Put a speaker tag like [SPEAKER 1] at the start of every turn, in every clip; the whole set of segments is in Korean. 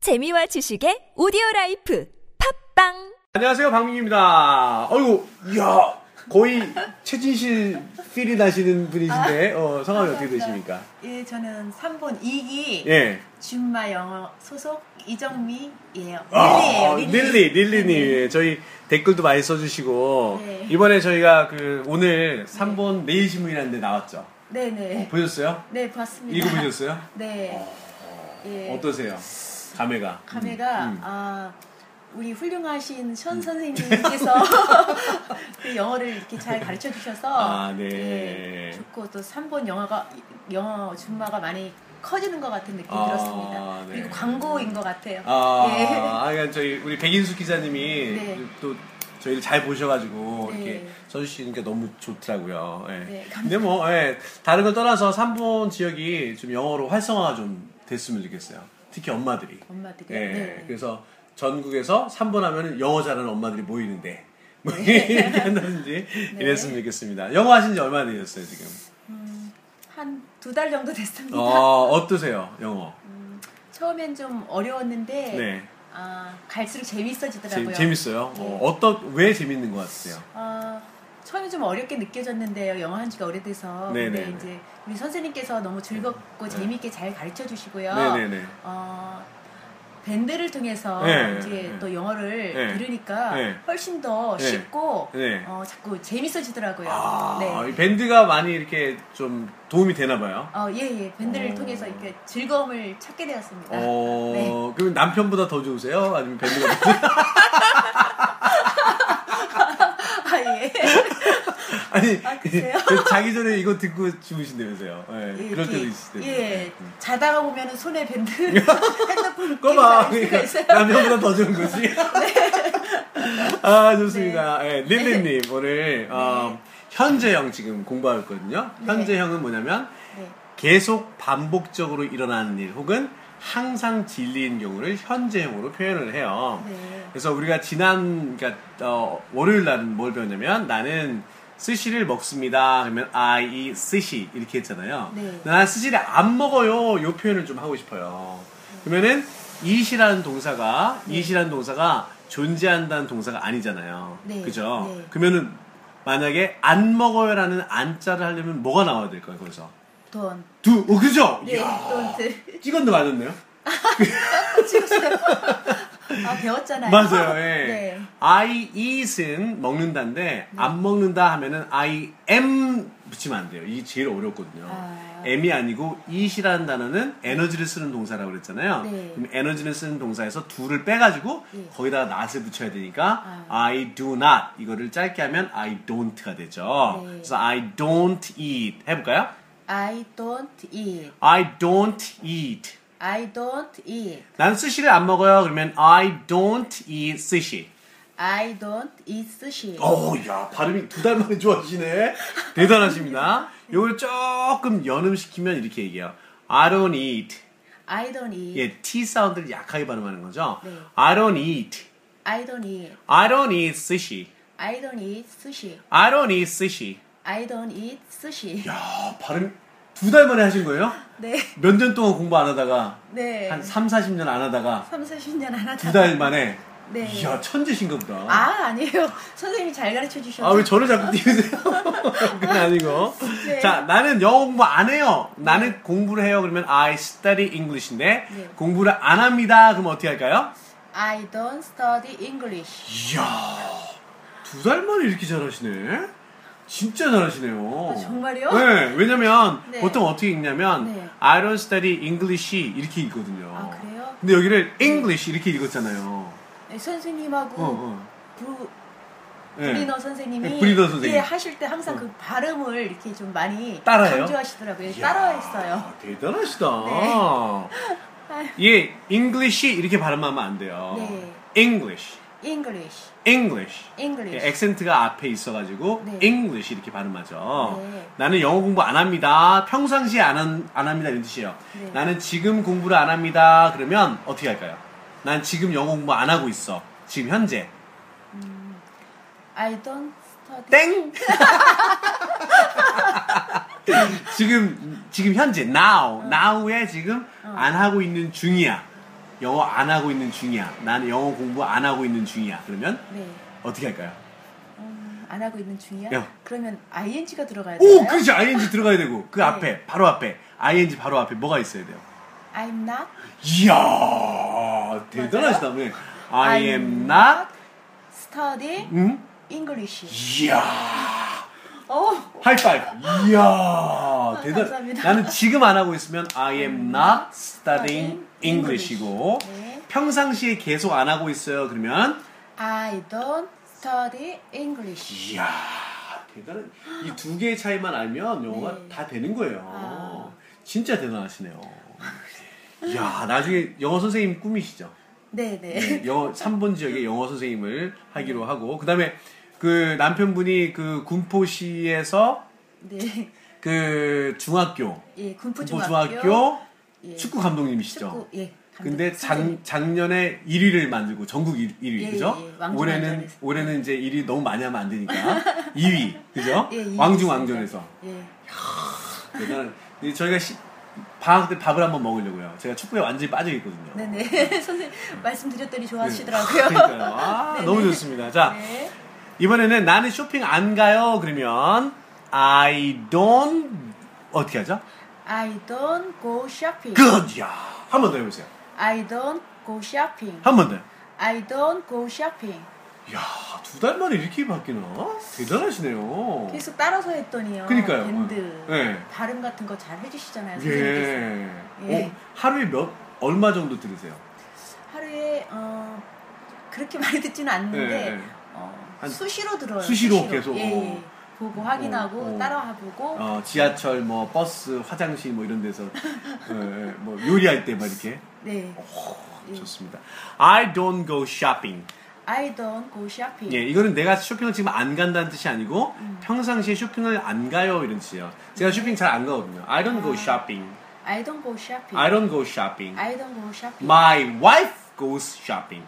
[SPEAKER 1] 재미와 지식의 오디오 라이프 팝빵
[SPEAKER 2] 안녕하세요 박민규입니다. 아이고 이야 거의 최진실 필이 나시는 분이신데
[SPEAKER 3] 아,
[SPEAKER 2] 어, 성함이 어떻게 되십니까?
[SPEAKER 3] 예, 저는 3본 2기
[SPEAKER 2] 예.
[SPEAKER 3] 준마 영어 소속 이정미예요.
[SPEAKER 2] 아,
[SPEAKER 3] 릴리예요. 릴리.
[SPEAKER 2] 릴리 릴리님 예, 저희 댓글도 많이 써주시고
[SPEAKER 3] 네.
[SPEAKER 2] 이번에 저희가 그 오늘 3번 내일 신문이라는데 나왔죠.
[SPEAKER 3] 네, 네.
[SPEAKER 2] 보셨어요?
[SPEAKER 3] 네, 봤습니다.
[SPEAKER 2] 읽어보셨어요? 아,
[SPEAKER 3] 네. 예.
[SPEAKER 2] 어떠세요? 감회가.
[SPEAKER 3] 감회가
[SPEAKER 2] 음.
[SPEAKER 3] 아 우리 훌륭하신 션 선생님께서 그 영어를 이렇게 잘 가르쳐 주셔서
[SPEAKER 2] 아, 네.
[SPEAKER 3] 예, 좋고 또 3본 영어가 영어 준마가 많이 커지는 것 같은 느낌이
[SPEAKER 2] 아,
[SPEAKER 3] 들었습니다.
[SPEAKER 2] 네.
[SPEAKER 3] 그리고 광고인 것 같아요.
[SPEAKER 2] 아,
[SPEAKER 3] 예.
[SPEAKER 2] 아, 그러니까 저희 우리 백인수 기자님이
[SPEAKER 3] 네.
[SPEAKER 2] 또 저희를 잘 보셔가지고
[SPEAKER 3] 네.
[SPEAKER 2] 이렇게 써주시는 게 너무 좋더라고요. 예.
[SPEAKER 3] 네, 감사합니다.
[SPEAKER 2] 근데 뭐 예, 다른 걸 떠나서 삼본 지역이 좀 영어로 활성화가 좀 됐으면 좋겠어요. 특히 엄마들이.
[SPEAKER 3] 엄마들이요?
[SPEAKER 2] 예,
[SPEAKER 3] 네.
[SPEAKER 2] 그래서 전국에서 삼본 하면은 영어 잘하는 엄마들이
[SPEAKER 3] 네.
[SPEAKER 2] 모이는데 뭐 얘기한다든지 이랬으면 좋겠습니다. 영어 하신 지 얼마나 되셨어요 지금?
[SPEAKER 3] 한 두 달 정도 음, 됐습니다.
[SPEAKER 2] 어 어떠세요 영어?
[SPEAKER 3] 처음엔 좀 어려웠는데
[SPEAKER 2] 네.
[SPEAKER 3] 아, 갈수록 재밌어지더라고요. 네.
[SPEAKER 2] 재, 재밌어요. 어, 어떤 왜 재밌는 것 같으세요?
[SPEAKER 3] 아, 처음에 좀 어렵게 느껴졌는데요. 영어 한 지가 오래돼서
[SPEAKER 2] 네네네. 네.
[SPEAKER 3] 근데 이제 우리 선생님께서 너무 즐겁고 재미있게 잘 가르쳐 주시고요.
[SPEAKER 2] 네네네.
[SPEAKER 3] 어, 밴드를 통해서
[SPEAKER 2] 네,
[SPEAKER 3] 이제
[SPEAKER 2] 네.
[SPEAKER 3] 또 영어를
[SPEAKER 2] 네.
[SPEAKER 3] 들으니까
[SPEAKER 2] 네.
[SPEAKER 3] 훨씬 더
[SPEAKER 2] 네.
[SPEAKER 3] 쉽고
[SPEAKER 2] 네.
[SPEAKER 3] 어, 자꾸 재밌어지더라고요.
[SPEAKER 2] 아,
[SPEAKER 3] 네.
[SPEAKER 2] 이 밴드가 많이 이렇게 좀 도움이 되나 봐요.
[SPEAKER 3] 어, 예, 예. 밴드를
[SPEAKER 2] 어.
[SPEAKER 3] 통해서 이렇게 즐거움을 찾게 되었습니다.
[SPEAKER 2] 어,
[SPEAKER 3] 네.
[SPEAKER 2] 그럼 남편보다 더 좋으세요? 아니면 밴드가 더 좋으세요?
[SPEAKER 3] 아, 예.
[SPEAKER 2] 아니, 그
[SPEAKER 3] 아, 글쎄요.
[SPEAKER 2] 자기 전에 이거 듣고 주무신다면서요. 예,
[SPEAKER 3] 예,
[SPEAKER 2] 그럴
[SPEAKER 3] 이렇게,
[SPEAKER 2] 때도 있을 텐데. 네.
[SPEAKER 3] 예, 자다가 보면 손에 밴드 네. 핸드폰
[SPEAKER 2] 꼬마,
[SPEAKER 3] 끼고 다닐 수가 있어요.
[SPEAKER 2] 그러니까
[SPEAKER 3] 네.
[SPEAKER 2] 남편보다 더 좋은 거지. 아, 좋습니다. 예, 릴리님, 오늘, 어, 현재형 지금 공부하고 있거든요.
[SPEAKER 3] 네.
[SPEAKER 2] 현재형은 뭐냐면,
[SPEAKER 3] 네.
[SPEAKER 2] 계속 반복적으로 일어나는 일 혹은 항상 진리인 경우를 현재형으로 표현을 해요.
[SPEAKER 3] 네.
[SPEAKER 2] 그래서 우리가 지난 그러니까 어, 월요일 날은 뭘 배웠냐면 나는 스시를 먹습니다. 그러면 I eat 스시 이렇게 했잖아요.
[SPEAKER 3] 네.
[SPEAKER 2] 난 스시를 안 먹어요. 요 표현을 좀 하고 싶어요. 그러면은 eat이라는 동사가
[SPEAKER 3] 네.
[SPEAKER 2] eat이라는 동사가 존재한다는 동사가 아니잖아요.
[SPEAKER 3] 네.
[SPEAKER 2] 그죠?
[SPEAKER 3] 네.
[SPEAKER 2] 그러면은 만약에 안 먹어요라는 안자를 하려면 뭐가 나와야 될까요? 거기서
[SPEAKER 3] 돈.
[SPEAKER 2] 두, 어, 그죠?
[SPEAKER 3] 네,
[SPEAKER 2] 이야.
[SPEAKER 3] 돈.
[SPEAKER 2] 찍었는데 맞았네요?
[SPEAKER 3] 찍었어요. 아, 배웠잖아요.
[SPEAKER 2] 맞아요, 예.
[SPEAKER 3] 네.
[SPEAKER 2] I eat은 먹는다인데, 안 먹는다 하면은 I am 붙이면 안 돼요. 이게 제일 어렵거든요.
[SPEAKER 3] 아.
[SPEAKER 2] am이 아니고 eat이라는 단어는 에너지를 쓰는 동사라고 그랬잖아요.
[SPEAKER 3] 네.
[SPEAKER 2] 그럼 에너지를 쓰는 동사에서 두를 빼가지고
[SPEAKER 3] 예.
[SPEAKER 2] 거기다가 not을 붙여야 되니까
[SPEAKER 3] 아.
[SPEAKER 2] I do not 이거를 짧게 하면 I don't가 되죠.
[SPEAKER 3] 네.
[SPEAKER 2] 그래서 I don't eat 해볼까요?
[SPEAKER 3] I don't eat.
[SPEAKER 2] I don't eat
[SPEAKER 3] I don't eat.
[SPEAKER 2] 난 스시를 안 먹어요. 그러면 I don't eat 스시.
[SPEAKER 3] I don't eat sushi.
[SPEAKER 2] 어, 야, 발음이 두 달 만에 좋아지네. 대단하십니다. 요걸 조금 연음시키면 이렇게 얘기해요. I don't eat.
[SPEAKER 3] I don't eat.
[SPEAKER 2] 예, T 사운드를 약하게 발음하는 거죠.
[SPEAKER 3] 네.
[SPEAKER 2] I don't eat.
[SPEAKER 3] I don't eat.
[SPEAKER 2] I don't eat 스시.
[SPEAKER 3] I don't eat sushi.
[SPEAKER 2] I don't eat 스시.
[SPEAKER 3] I don't eat sushi.
[SPEAKER 2] 야, 발음 두 달 만에 하신 거예요?
[SPEAKER 3] 네.
[SPEAKER 2] 몇 년 동안 공부 안 하다가
[SPEAKER 3] 네.
[SPEAKER 2] 한 3, 40년 안 하다가
[SPEAKER 3] 3, 40년 안 하다.
[SPEAKER 2] 두 달 만에
[SPEAKER 3] 네.
[SPEAKER 2] 이야, 천재신가 보다.
[SPEAKER 3] 아, 아니에요. 선생님이 잘 가르쳐 주셔서.
[SPEAKER 2] 아, 왜 저를 자꾸 띄우세요? 그건 아니고.
[SPEAKER 3] 네.
[SPEAKER 2] 자, 나는 영어 공부 안 해요. 나는 공부를 해요. 그러면 I study English인데,
[SPEAKER 3] 네.
[SPEAKER 2] 공부를 안 합니다. 그럼 어떻게 할까요?
[SPEAKER 3] I don't study English.
[SPEAKER 2] 이야, 두 달 만에 이렇게 잘하시네? 진짜 잘하시네요.
[SPEAKER 3] 아, 정말요?
[SPEAKER 2] 네, 왜냐면
[SPEAKER 3] 네.
[SPEAKER 2] 보통 어떻게 읽냐면,
[SPEAKER 3] 네.
[SPEAKER 2] I don't study English 이렇게 읽거든요.
[SPEAKER 3] 아, 그래요?
[SPEAKER 2] 근데 여기를 English 이렇게 읽었잖아요.
[SPEAKER 3] 네, 선생님하고
[SPEAKER 2] 어, 어.
[SPEAKER 3] 부,
[SPEAKER 2] 네.
[SPEAKER 3] 브리너 선생님이
[SPEAKER 2] 네, 브리너 선생님. 네.
[SPEAKER 3] 예, 하실 때 항상 그 발음을 이렇게 좀 많이
[SPEAKER 2] 따라해요?
[SPEAKER 3] 강조하시더라고요.
[SPEAKER 2] 이야,
[SPEAKER 3] 네, 따라했어요. 네.
[SPEAKER 2] 대단하시다.
[SPEAKER 3] 아유.
[SPEAKER 2] 예, English 이렇게 발음하면 안 돼요.
[SPEAKER 3] 네.
[SPEAKER 2] English,
[SPEAKER 3] English,
[SPEAKER 2] English.
[SPEAKER 3] English.
[SPEAKER 2] 예, 액센트가 앞에 있어가지고
[SPEAKER 3] 네.
[SPEAKER 2] English 이렇게 발음하죠.
[SPEAKER 3] 네.
[SPEAKER 2] 나는 영어 공부 안 합니다. 평상시에 안, 한- 안 합니다 이런 뜻이에요.
[SPEAKER 3] 네.
[SPEAKER 2] 나는 지금 공부를 안 합니다. 그러면 어떻게 할까요? 난 지금 영어 공부 안 하고 있어. 지금 현재.
[SPEAKER 3] I don't study.
[SPEAKER 2] 땡. 지금 지금 현재 now now에 지금 안 하고 있는 중이야. 영어 안 하고 있는 중이야. 나는 영어 공부 안 하고 있는 중이야. 그러면
[SPEAKER 3] 네.
[SPEAKER 2] 어떻게 할까요?
[SPEAKER 3] 음, 안 하고 있는 중이야?
[SPEAKER 2] 야.
[SPEAKER 3] 그러면 ing가 들어가야 돼요?
[SPEAKER 2] 오, 그렇지. ing 들어가야 되고 그
[SPEAKER 3] 네.
[SPEAKER 2] 앞에 바로 앞에 ing 바로 앞에 뭐가 있어야 돼요?
[SPEAKER 3] I'm not
[SPEAKER 2] 이야 대단하시다. 네. I am not.
[SPEAKER 3] study
[SPEAKER 2] 음?
[SPEAKER 3] English.
[SPEAKER 2] 이야.
[SPEAKER 3] 어,
[SPEAKER 2] 하이파이브. 이야, 대단.
[SPEAKER 3] 아, 감사합니다. 음,
[SPEAKER 2] 나는 지금 안 하고 있으면 I am not studying English이고
[SPEAKER 3] 네.
[SPEAKER 2] 평상시에 계속 안 하고 있어요. 그러면
[SPEAKER 3] I don't study English.
[SPEAKER 2] 이야, 대단한. 이 두 개의 차이만 알면 영어가
[SPEAKER 3] 네.
[SPEAKER 2] 다 되는 거예요.
[SPEAKER 3] 아.
[SPEAKER 2] 진짜 대단하시네요. 이야, 나중에 영어 선생님 꿈이시죠?
[SPEAKER 3] 네네.
[SPEAKER 2] 네, 영어 3번 지역에 영어 선생님을 하기로 하고 그다음에 그 남편분이 그 군포시에서
[SPEAKER 3] 네.
[SPEAKER 2] 그 중학교
[SPEAKER 3] 예, 군포중학교.
[SPEAKER 2] 군포중학교
[SPEAKER 3] 예,
[SPEAKER 2] 축구 감독님이시죠.
[SPEAKER 3] 축구, 예. 감독
[SPEAKER 2] 근데 작,
[SPEAKER 3] 선생님.
[SPEAKER 2] 작년에 1위를 만들고 전국 1위,
[SPEAKER 3] 예,
[SPEAKER 2] 그죠?
[SPEAKER 3] 예, 왕중왕전에서.
[SPEAKER 2] 올해는 올해는 이제 1위 너무 많이 하면 안 되니까 2위 그죠?
[SPEAKER 3] 예, 이
[SPEAKER 2] 왕중왕전에서
[SPEAKER 3] 있습니다. 예.
[SPEAKER 2] 대단한. 근데 저희가 시- 방학 때 밥을 한번 먹으려고요. 제가 축구에 완전히 빠져 있거든요.
[SPEAKER 3] 네네. 선생님 말씀드렸더니 좋아하시더라고요.
[SPEAKER 2] 그러니까요. 아,
[SPEAKER 3] 네네.
[SPEAKER 2] 너무 좋습니다. 자
[SPEAKER 3] 네.
[SPEAKER 2] 이번에는 나는 쇼핑 안 가요. 그러면 I don't 어떻게 하죠?
[SPEAKER 3] I don't go shopping.
[SPEAKER 2] Good. 야, 한 번 더 해보세요.
[SPEAKER 3] I don't go shopping.
[SPEAKER 2] 한 번 더.
[SPEAKER 3] I don't go shopping.
[SPEAKER 2] 야, 두 달 만에 이렇게 바뀌나? 대단하시네요.
[SPEAKER 3] 계속 따라서 했더니요.
[SPEAKER 2] 그러니까요.
[SPEAKER 3] 밴드
[SPEAKER 2] 예.
[SPEAKER 3] 발음 같은 거 잘 해주시잖아요. 선생님께서.
[SPEAKER 2] 예.
[SPEAKER 3] 예.
[SPEAKER 2] 어, 하루에 몇 얼마 정도 들으세요?
[SPEAKER 3] 하루에 어, 그렇게 많이 듣지는 않는데
[SPEAKER 2] 예, 예.
[SPEAKER 3] 어,
[SPEAKER 2] 한-
[SPEAKER 3] 수시로 들어요.
[SPEAKER 2] 수시로 계속.
[SPEAKER 3] 예, 예. 보고 확인하고
[SPEAKER 2] 어.
[SPEAKER 3] 따라해보고
[SPEAKER 2] 어, 지하철, 뭐 버스, 화장실 뭐 이런 데서 예, 예, 뭐 요리할 때 막 이렇게
[SPEAKER 3] 네. 예.
[SPEAKER 2] 좋습니다. I don't go shopping.
[SPEAKER 3] I don't go shopping.
[SPEAKER 2] 예, 이거는 내가 쇼핑을 지금 안 간다는 뜻이 아니고
[SPEAKER 3] 음.
[SPEAKER 2] 평상시에 쇼핑을 안 가요 이런 뜻이에요. 제가 쇼핑 잘 안 가거든요. I don't go
[SPEAKER 3] 아.
[SPEAKER 2] shopping.
[SPEAKER 3] I don't go shopping.
[SPEAKER 2] I don't go shopping.
[SPEAKER 3] I don't go shopping.
[SPEAKER 2] My wife goes shopping.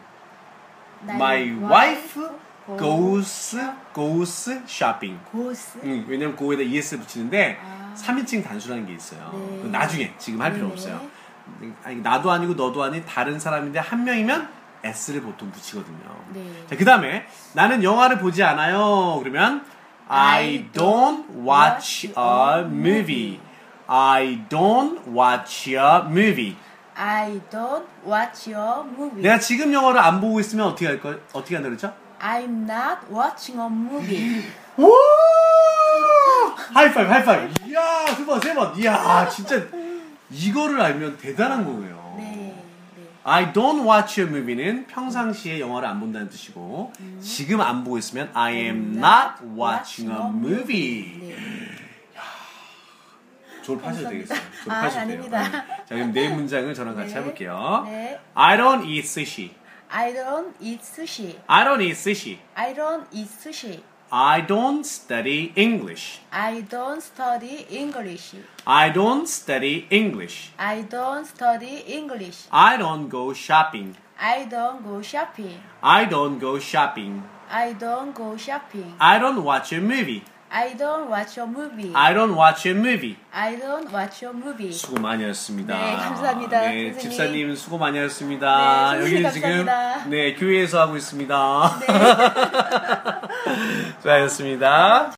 [SPEAKER 3] 나의
[SPEAKER 2] My wife
[SPEAKER 3] go-
[SPEAKER 2] goes goes shopping.
[SPEAKER 3] goes.
[SPEAKER 2] 음, 왜냐면 그거에다 es 붙이는데
[SPEAKER 3] 아.
[SPEAKER 2] 3인칭 단수라는 게 있어요.
[SPEAKER 3] 네.
[SPEAKER 2] 그건 나중에 지금 할 필요
[SPEAKER 3] 네네.
[SPEAKER 2] 없어요. 아니, 나도 아니고 너도 아닌 다른 사람인데 한 명이면 s를 보통 붙이거든요.
[SPEAKER 3] 네.
[SPEAKER 2] 자, 그다음에 나는 영화를 보지 않아요. 그러면 I don't watch a movie. I don't watch a movie.
[SPEAKER 3] I don't watch your movie.
[SPEAKER 2] 내가 지금 영화를 안 보고 있으면 어떻게 할 거? 어떻게 한다 그랬죠?
[SPEAKER 3] I'm not watching a movie.
[SPEAKER 2] 우! 하이파이브, 하이파이브. 이야, 두 번, 세 번. 이야, 진짜 이거를 알면 대단한 거예요.
[SPEAKER 3] 네, 네.
[SPEAKER 2] I don't watch a movie는 평상시에 영화를 안 본다는 뜻이고
[SPEAKER 3] 음.
[SPEAKER 2] 지금 안 보고 있으면 I am not watching a movie.
[SPEAKER 3] 네.
[SPEAKER 2] 졸업하셔도
[SPEAKER 3] 감사합니다.
[SPEAKER 2] 되겠어요.
[SPEAKER 3] 아,
[SPEAKER 2] 졸업하셔도 돼요.
[SPEAKER 3] 아닙니다.
[SPEAKER 2] 자, 그럼 네 문장을 저랑 같이
[SPEAKER 3] 네.
[SPEAKER 2] 해볼게요.
[SPEAKER 3] 네.
[SPEAKER 2] I don't eat sushi.
[SPEAKER 3] I don't eat sushi.
[SPEAKER 2] I don't eat sushi.
[SPEAKER 3] I don't eat sushi.
[SPEAKER 2] I don't study English.
[SPEAKER 3] I don't study English.
[SPEAKER 2] I don't study English.
[SPEAKER 3] I don't study English.
[SPEAKER 2] I don't go shopping.
[SPEAKER 3] I don't go shopping.
[SPEAKER 2] I don't go shopping.
[SPEAKER 3] I don't go shopping.
[SPEAKER 2] I don't watch a movie.
[SPEAKER 3] I don't watch a movie.
[SPEAKER 2] I don't watch a movie.
[SPEAKER 3] I don't watch a movie.
[SPEAKER 2] 수고 많이 하셨습니다.
[SPEAKER 3] 네, 감사합니다,
[SPEAKER 2] 네,
[SPEAKER 3] 선생님.
[SPEAKER 2] 집사님 수고 많이 하셨습니다.
[SPEAKER 3] 네, 선생님
[SPEAKER 2] 여기는 지금
[SPEAKER 3] 감사합니다. 네.
[SPEAKER 2] 네 교회에서 하고 있습니다. 수고하셨습니다.